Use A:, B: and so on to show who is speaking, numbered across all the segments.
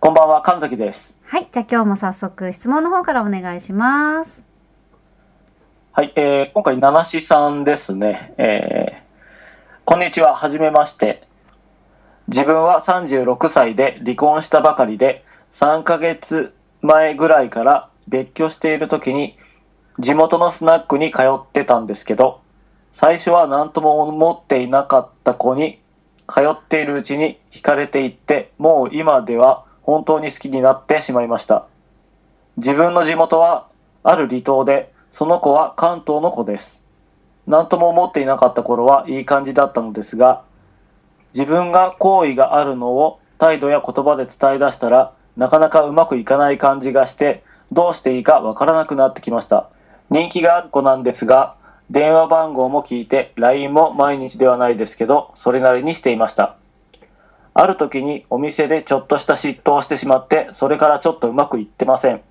A: こんばんは、神崎です。
B: はい、じゃあ今日も早速質問の方からお願いします。
A: はい、えー、今回、七志さんですね。えー、こんにちは、はじめまして。自分は36歳で離婚したばかりで、3ヶ月前ぐらいから別居している時に、地元のスナックに通ってたんですけど、最初は何とも思っていなかった子に、通っているうちに惹かれていって、もう今では本当に好きになってしまいました。自分の地元はある離島で、その子は関東の子です。何とも思っていなかった頃はいい感じだったのですが、自分が好意があるのを態度や言葉で伝え出したら、なかなかうまくいかない感じがして、どうしていいかわからなくなってきました。人気がある子なんですが、電話番号も聞いて、LINE も毎日ではないですけど、それなりにしていました。ある時にお店でちょっとした嫉妬をしてしまって、それからちょっとうまくいってません。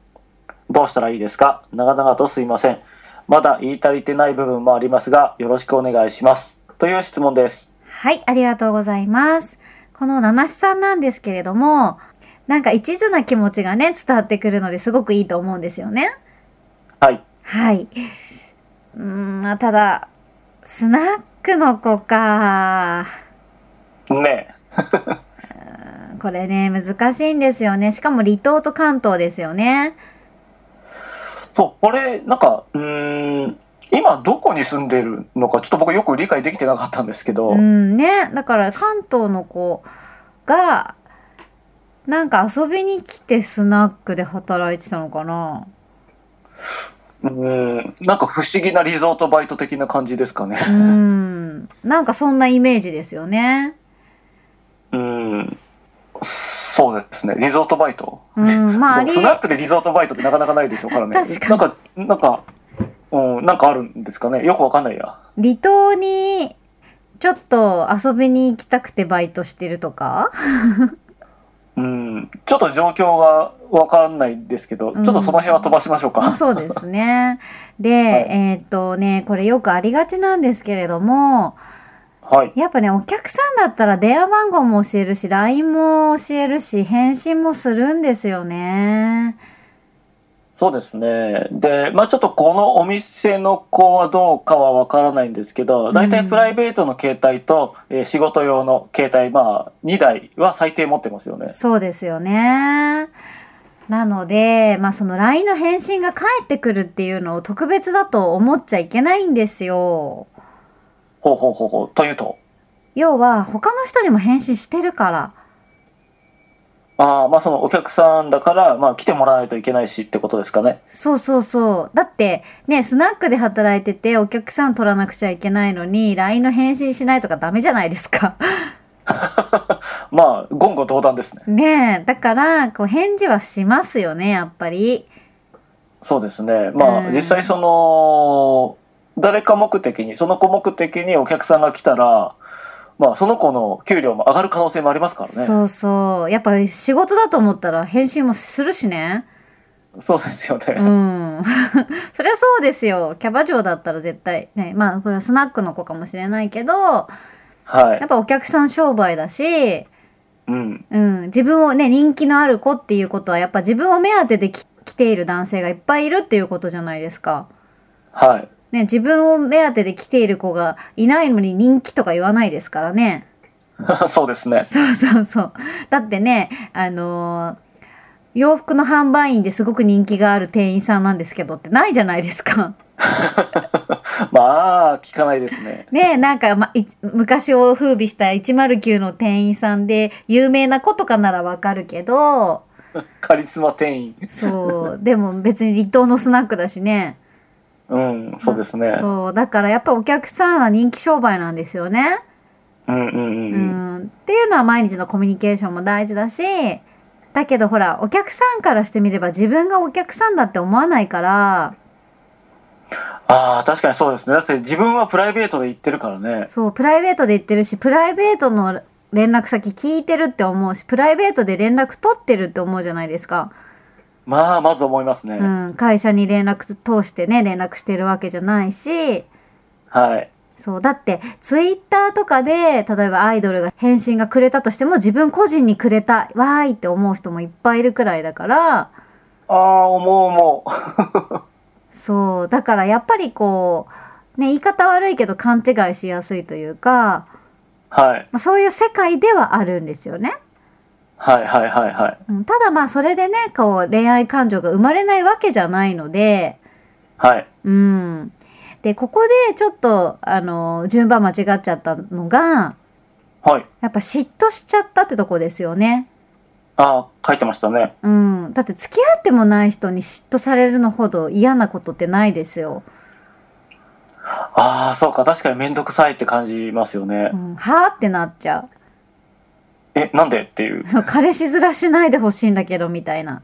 A: どうしたらいいですか長々とすいません。まだ言い足りてない部分もありますが、よろしくお願いします。という質問です。
B: はい、ありがとうございます。この七七さんなんですけれども、なんか一途な気持ちがね、伝わってくるのですごくいいと思うんですよね。
A: はい。
B: はい。うーん、まあただ、スナックの子か。
A: ねえ。
B: うんこれね、難しいんですよね。しかも離島と関東ですよね。
A: そう、これ、なんか、うーん、今どこに住んでるのか、ちょっと僕よく理解できてなかったんですけど、
B: うんね。だから関東の子が、なんか遊びに来てスナックで働いてたのかな。
A: うーん、なんか不思議なリゾートバイト的な感じですかね。
B: うーんなんかそんなイメージですよね。
A: うん、そうですね、リゾートバイト。
B: うん、まああ
A: でも
B: り
A: ス、ナックでリゾートバイトってなかなかないでしょうからね。
B: 確かに
A: なんか、なんか、うん、なんかあるんですかね。よくわかんないや。
B: 離島にちょっと遊びに行きたくてバイトしてるとか
A: うん、ちょっと状況がわかんないですけど、
B: うん
A: ちょっとその辺は飛ばしましょうか。
B: そうですね。で、
A: い
B: えーっとね、これよくありがちなんですけれども、
A: はい。
B: やっぱね、お客さんだったら電話番号も教えるし、LINE も教えるし、返信もするんですよね。
A: そうですね。で、まあちょっとこのお店の子はどうかはわからないんですけど、大
B: う
A: 体
B: ん
A: プライベートの携帯と、えー仕事用の携帯、まあ2台は最低持ってますよね。
B: そうですよね。なので、まあその LINE の返信が返ってくるっていうのを特別だと思っちゃいけないんですよ。
A: ほうほうほうほう。というと。
B: 要は他の人にも返信してるから。
A: ああ、まあそのお客さんだから、まあ来てもらわないといけないしってことですかね。
B: そうそうそう。だってね、スナックで働いててお客さん取らなくちゃいけないのに LINE の返信しないとかダメじゃないですか。
A: まあ、言語道断ですね。
B: ねえ。だから、こう返事はしますよね、やっぱり。
A: そうですね。ま
B: う
A: あ、
B: ん
A: 実際その、誰か目的に、その子目的にお客さんが来たら、まあ、その子の給料も上がる可能性もありますからね。
B: そうそう。やっぱ仕事だと思ったら返信もするしね。
A: そうですよね。
C: うん。 そりゃそうですよ。キャバ嬢だったら絶対ね。まあ、これはスナックの子かもしれないけど、
A: は
C: やっ
A: い。
C: ぱお客さん商売だし、
A: うん。
C: うん。自分をね、人気のある子っていうことは、やっぱ自分を目当てでき来ている男性がいっぱいいるっていうことじゃないですか。
A: はい。
C: ね、自分を目当てで来ている子がいないのに人気とか言わないですからね。
A: そうですね。
C: そうそうそう。だってね、あのー洋服の販売員ですごく人気がある店員さんなんですけどってないじゃないですか。
A: まあ、聞かないですね。
C: ねえ、なんか、ま、い昔を風靡した109の店員さんで有名な子とかならわかるけど、
A: カリスマ店員。
C: そう、でも別に離島のスナックだしね。
A: うん、そうですね。
C: そう、だからやっぱお客さんは人気商売なんですよね。
A: うんうんうん
C: う
A: うん。
C: ん、っていうのは毎日のコミュニケーションも大事だし、だけどほら、お客さんからしてみれば自分がお客さんだって思わないから、
A: ああ、確かにそうですね。だって自分はプライベートで行ってるからね。
C: そう、プライベートで言ってるし、プライベートの連絡先聞いてるって思うし、プライベートで連絡取ってるって思うじゃないですか。
A: まあ、まず思いますね。
C: うん、会社に連絡通してね、連絡してるわけじゃないし、
A: はい。
C: そう、だって、ツイッターとかで、例えばアイドルが返信がくれたとしても、自分個人にくれた、わーいって思う人もいっぱいいるくらいだから、
A: ああ、思う思
C: そう、だからやっぱりこう、ね、言い方悪いけど勘違いしやすいというか、
A: う。はい。
C: まあ、そういう世界ではあるんですよね。
A: はいはいはいはい。
C: うんただまあそれでね、こう恋愛感情が生まれないわけじゃないので、
A: はい。
C: うん。で、ここでちょっと、あの、順番間違っちゃったのが、
A: はい。
C: やっぱ嫉妬しちゃったってとこですよね。
A: ああ、書いてましたね。
C: うん。だって付き合ってもない人に嫉妬されるのほど嫌なことってないですよ。
A: ああ、そうか。確かにめんどくさいって感じますよね
C: う。ん、はぁってなっちゃ
A: え、なんでっていう
C: う。。そう 彼氏面しないでほしいんだけど、みたいな。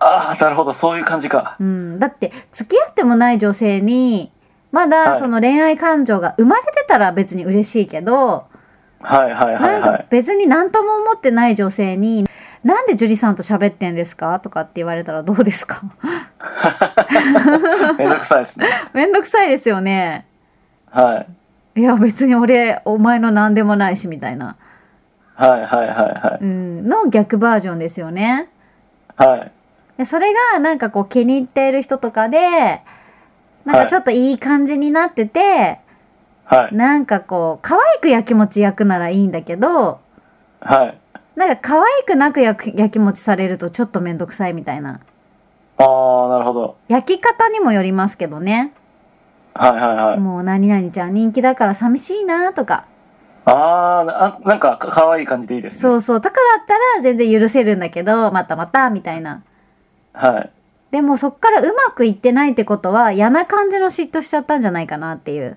A: ああ、なるほど。そういう感じか。
C: うん、だって付き合ってもない女性にまだ
A: はい
C: その恋愛感情が生まれてたら別に嬉しいけど、
A: はいはいはい
C: な
A: は
C: んか
A: い。
C: 別に何とも思ってない女性に「なんで樹里さんと喋ってんですか?」とかって言われたらどうですか
A: めんどくさいですね。
C: めんどくさいですよね。
A: はい。
C: いや別に俺お前の何でもないしみたいな、
A: はいはいは
C: うん、の逆バージョンですよね。
A: いはい。はい。
C: でそれがなんかこう気に入っている人とかでなんかちょっといい感じになってて。
A: はい。
C: なんかこう、可愛くやきもち焼くならいいんだけど、
A: はい。
C: なんか可愛くなく焼くやきもちされるとちょっとめんどくさいみたいな。
A: ああ、なるほど。
C: 焼き方にもよりますけどね。
A: はいはいはい。
C: もう何々ちゃん人気だから寂しいなとか。
A: あーなあ、なんかかかわいい感じでいいですね。
C: そうそう。だからだったら全然許せるんだけど、またまたみたいな。
A: はい。
C: でもそっからうまくいってないってことは嫌な感じの嫉妬しちゃったんじゃないかなっていう。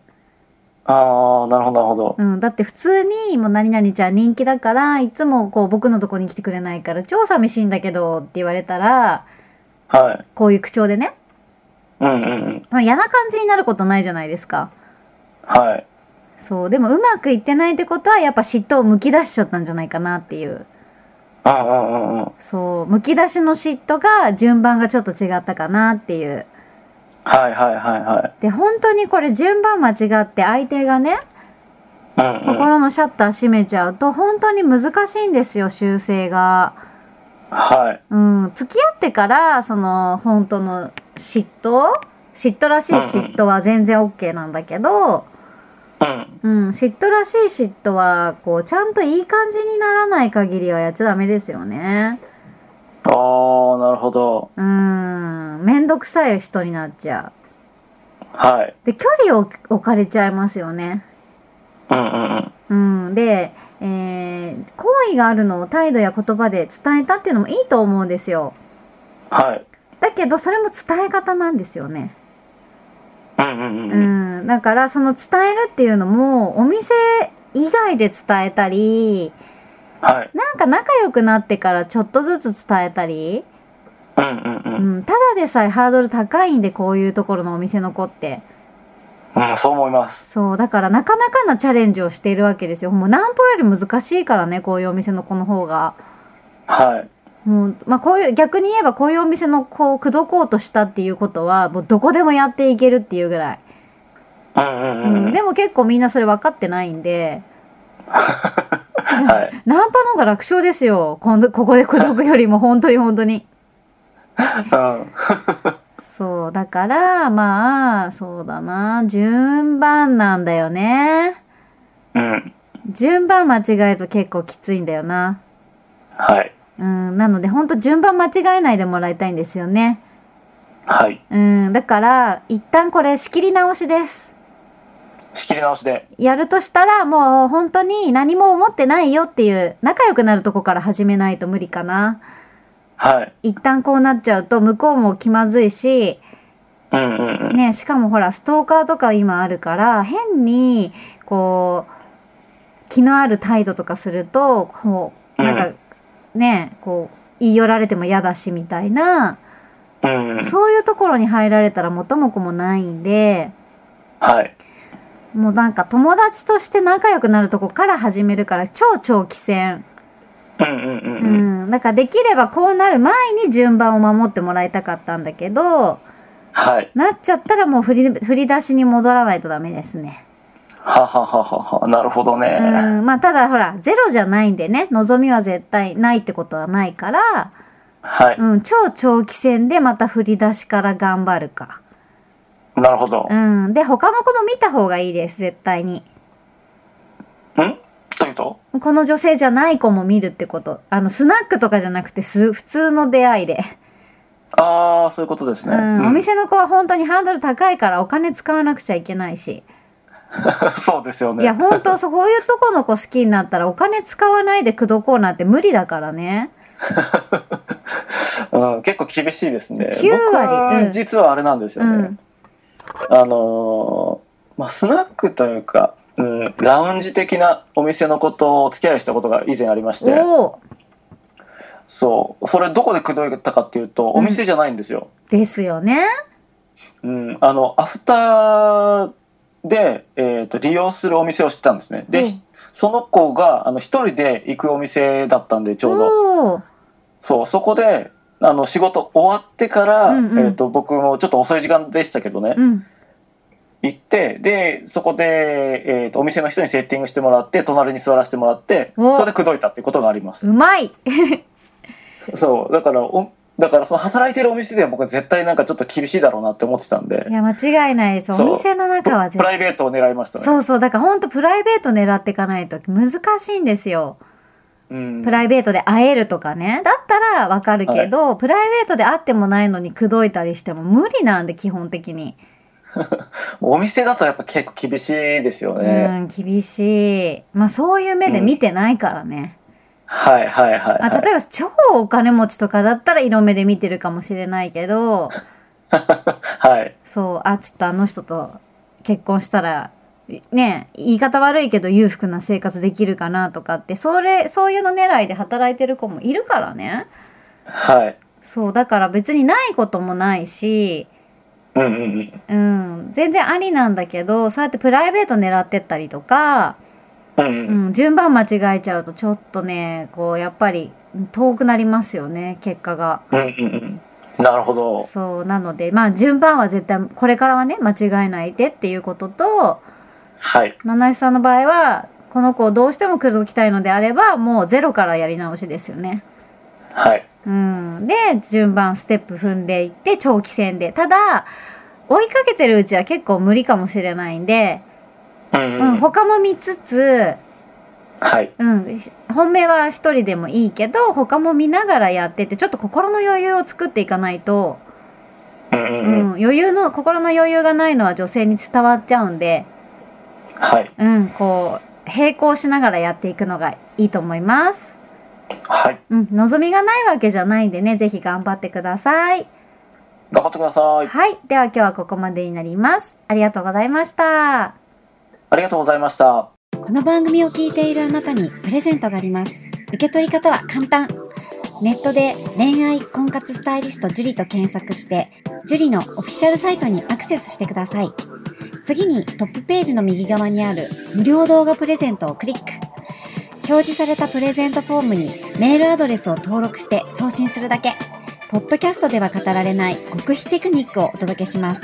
A: ああ、なるほどなるほど。
C: うん。だって普通にもう何々ちゃん人気だから、いつもこう僕のとこに来てくれないから超寂しいんだけどって言われたら、
A: はい。
C: こういう口調でね。
A: うんうんうん。
C: まあ、嫌な感じになることないじゃないですか。
A: はい。
C: そう。でもうまくいってないってことはやっぱ嫉妬をむき出しちゃったんじゃないかなっていう。
A: うんうんうんうん。
C: そう。むき出しの嫉妬が順番がちょっと違ったかなっていう。
A: はいはいはいはい。
C: で、本当にこれ順番間違って相手がね、
A: うんうん。
C: 心のシャッター閉めちゃうと本当に難しいんですよ、修正が。
A: はい。
C: うん。付き合ってから、その、本当の嫉妬嫉妬らしい嫉妬は全然 OK なんだけど、
A: うん。
C: うん、嫉妬らしい嫉妬は、こう、ちゃんといい感じにならない限りはやっちゃダメですよね。
A: ああ、なるほど。
C: うん、めんどくさい人になっちゃ
A: はい。
C: う。で、距離を置かれちゃいますよね。
A: うんうんうん。
C: うん、で、えー、好意があるのを態度や言葉で伝えたっていうのもいいと思うんですよ。
A: はい。
C: だけど、それも伝え方なんですよね。
A: うんうん
C: う
A: うん。
C: ん、だから、その伝えるっていうのも、お店以外で伝えたり、
A: はい。
C: なんか仲良くなってからちょっとずつ伝えたり、
A: うんうんうん。
C: うん、ただでさえハードル高いんで、こういうところのお店の子って。
A: うん、そう思います。
C: そう、だからなかなかなチャレンジをしているわけですよ。もう何歩より難しいからね、こういうお店の子の方が。
A: はい。
C: もうまあ、こういう逆に言えばこういうお店のこう口説こうとしたっていうことはもうどこでもやっていけるっていうぐらい、
A: うんうん
C: う
A: うん
C: ん
A: うん。
C: でも結構みんなそれ分かってないんで
A: はい。
C: ナンパの方が楽勝ですよこのここで口説くよりも本当に本当に
A: うん。
C: そうだからまあそうだな順番なんだよね
A: うん。
C: 順番間違えると結構きついんだよな
A: はい。
C: うんなので本当順番間違えないでもらいたいんですよね
A: はい。
C: うんだから一旦これ仕切り直しです
A: 仕切り直しで。
C: やるとしたらもう本当に何も思ってないよっていう仲良くなるとこから始めないと無理かな
A: はい。
C: 一旦こうなっちゃうと向こうも気まずいし
A: うんうんうん。
C: ねしかもほらストーカーとか今あるから変にこう気のある態度とかするとこうなんかねこう言い寄られても嫌だしみたいな
A: うんうん。
C: そういうところに入られたら元も子もないんで
A: はい。
C: もうなんか友達として仲良くなるとこから始めるから超長期戦。
A: うんうんうん
C: う
A: うん。
C: ん、なんかできればこうなる前に順番を守ってもらいたかったんだけど
A: はい。
C: なっちゃったらもう振り振り出しに戻らないとダメですね、
A: ははははは。なるほど
C: う
A: ね。
C: んまあ、ただほらゼロじゃないんでね望みは絶対ないってことはないから、
A: はい。
C: うん、超長期戦でまた振り出しから頑張るか、
A: なるほど。
C: うん、で他の子も見た方がいいです絶対に
A: うんというと
C: この女性じゃない子も見るってことあのスナックとかじゃなくてす普通の出会いで
A: ああ、そういうことですね。
C: うん、
A: うん
C: お店の子は本当にハードル高いからお金使わなくちゃいけないし、
A: そうですよね。
C: いや本 当そうこういうとこの子好きになったらお金使わないで口説こうなんて無理だからね
A: うん、結構厳しいですね。
C: 9割
A: 僕は
C: うん
A: 実はあれなんですよ
C: う
A: ね。
C: ん
A: あのーまあ、スナックというか、うん、ラウンジ的なお店のことをお付き合いしたことが以前ありまして、
C: おお
A: そう、それどこで口説いたかっていうと、
C: ん
A: お店じゃないんですよ。
C: ですよね
A: うん、あの、アフターで、えー、と利用するお店を知ってたんですね。で、
C: うん
A: その子があの一人で行くお店だったんで、ちょうど。
C: おー
A: そう、そこで、あの仕事終わってから、
C: うんうん
A: えー、と僕もちょっと遅い時間でしたけどね、
C: うん
A: 行ってでそこで、えー、とお店の人にセッティングしてもらって隣に座らせてもらって
C: お
A: それで口説いたっていうことがあります、
C: うまい
A: そうだからおだからその働いてるお店では僕は絶対なんかちょっと厳しいだろうなって思ってたんで
C: いや間違いないです
A: そう
C: お店の
A: プ
C: 中は絶
A: プライベートを狙いましたね
C: そうそうだから本当プライベート狙っていかないと難しいんですよ
A: うん
C: プライベートで会えるとかねだったらわかるけど、プライベートで会ってもないのに口説いたりしても無理なんで基本的に
A: お店だとやっぱ結構厳しいですよね、
C: うん、厳しい。まあそういう目で見てないからね。
A: はいはいはい
C: あ
A: はい
C: 例えば超お金持ちとかだったら色目で見てるかもしれないけど、
A: はい
C: そう、あ、ちょっとあの人と結婚したら、ねえ、言い方悪いけど裕福な生活できるかなとかって、それ、そういうの狙いで働いてる子もいるからね。
A: はい
C: そう、だから別にないこともないし、
A: うんうんうん
C: うん、全然ありなんだけど、そうやってプライベート狙ってったりとか、
A: うんうん
C: うん、順番間違えちゃうとちょっとねこうやっぱり遠くなりますよね結果が
A: うんうんうんなるほど
C: そうなのでまあ順番は絶対これからはね間違えないでっていうことと
A: はい
C: 七井さんの場合はこの子をどうしても口説きたいのであればもうゼロからやり直しですよね
A: はい
C: うんで順番ステップ踏んでいって長期戦でただ追いかけてるうちは結構無理かもしれないんで、
A: うん
C: う
A: うん
C: ん、他も見つつ
A: はい
C: うん、本命は一人でもいいけど他も見ながらやっててちょっと心の余裕を作っていかないと、
A: うんう
C: うん
A: うん
C: ん、余裕の心の余裕がないのは女性に伝わっちゃうんで、
A: はい
C: うん、こう並行しながらやっていくのがいいと思います、
A: はい
C: うん、望みがないわけじゃないんでねぜひ頑張ってください
A: 頑張ってください
C: はいでは今日はここまでになりますありがとうございました
A: ありがとうございました。
B: この番組を聞いているあなたにプレゼントがあります。受け取り方は簡単。ネットで恋愛婚活スタイリスト樹と検索して、樹のオフィシャルサイトにアクセスしてください。次にトップページの右側にある無料動画プレゼントをクリック。表示されたプレゼントフォームにメールアドレスを登録して送信するだけ。ポッドキャストでは語られない極秘テクニックをお届けします。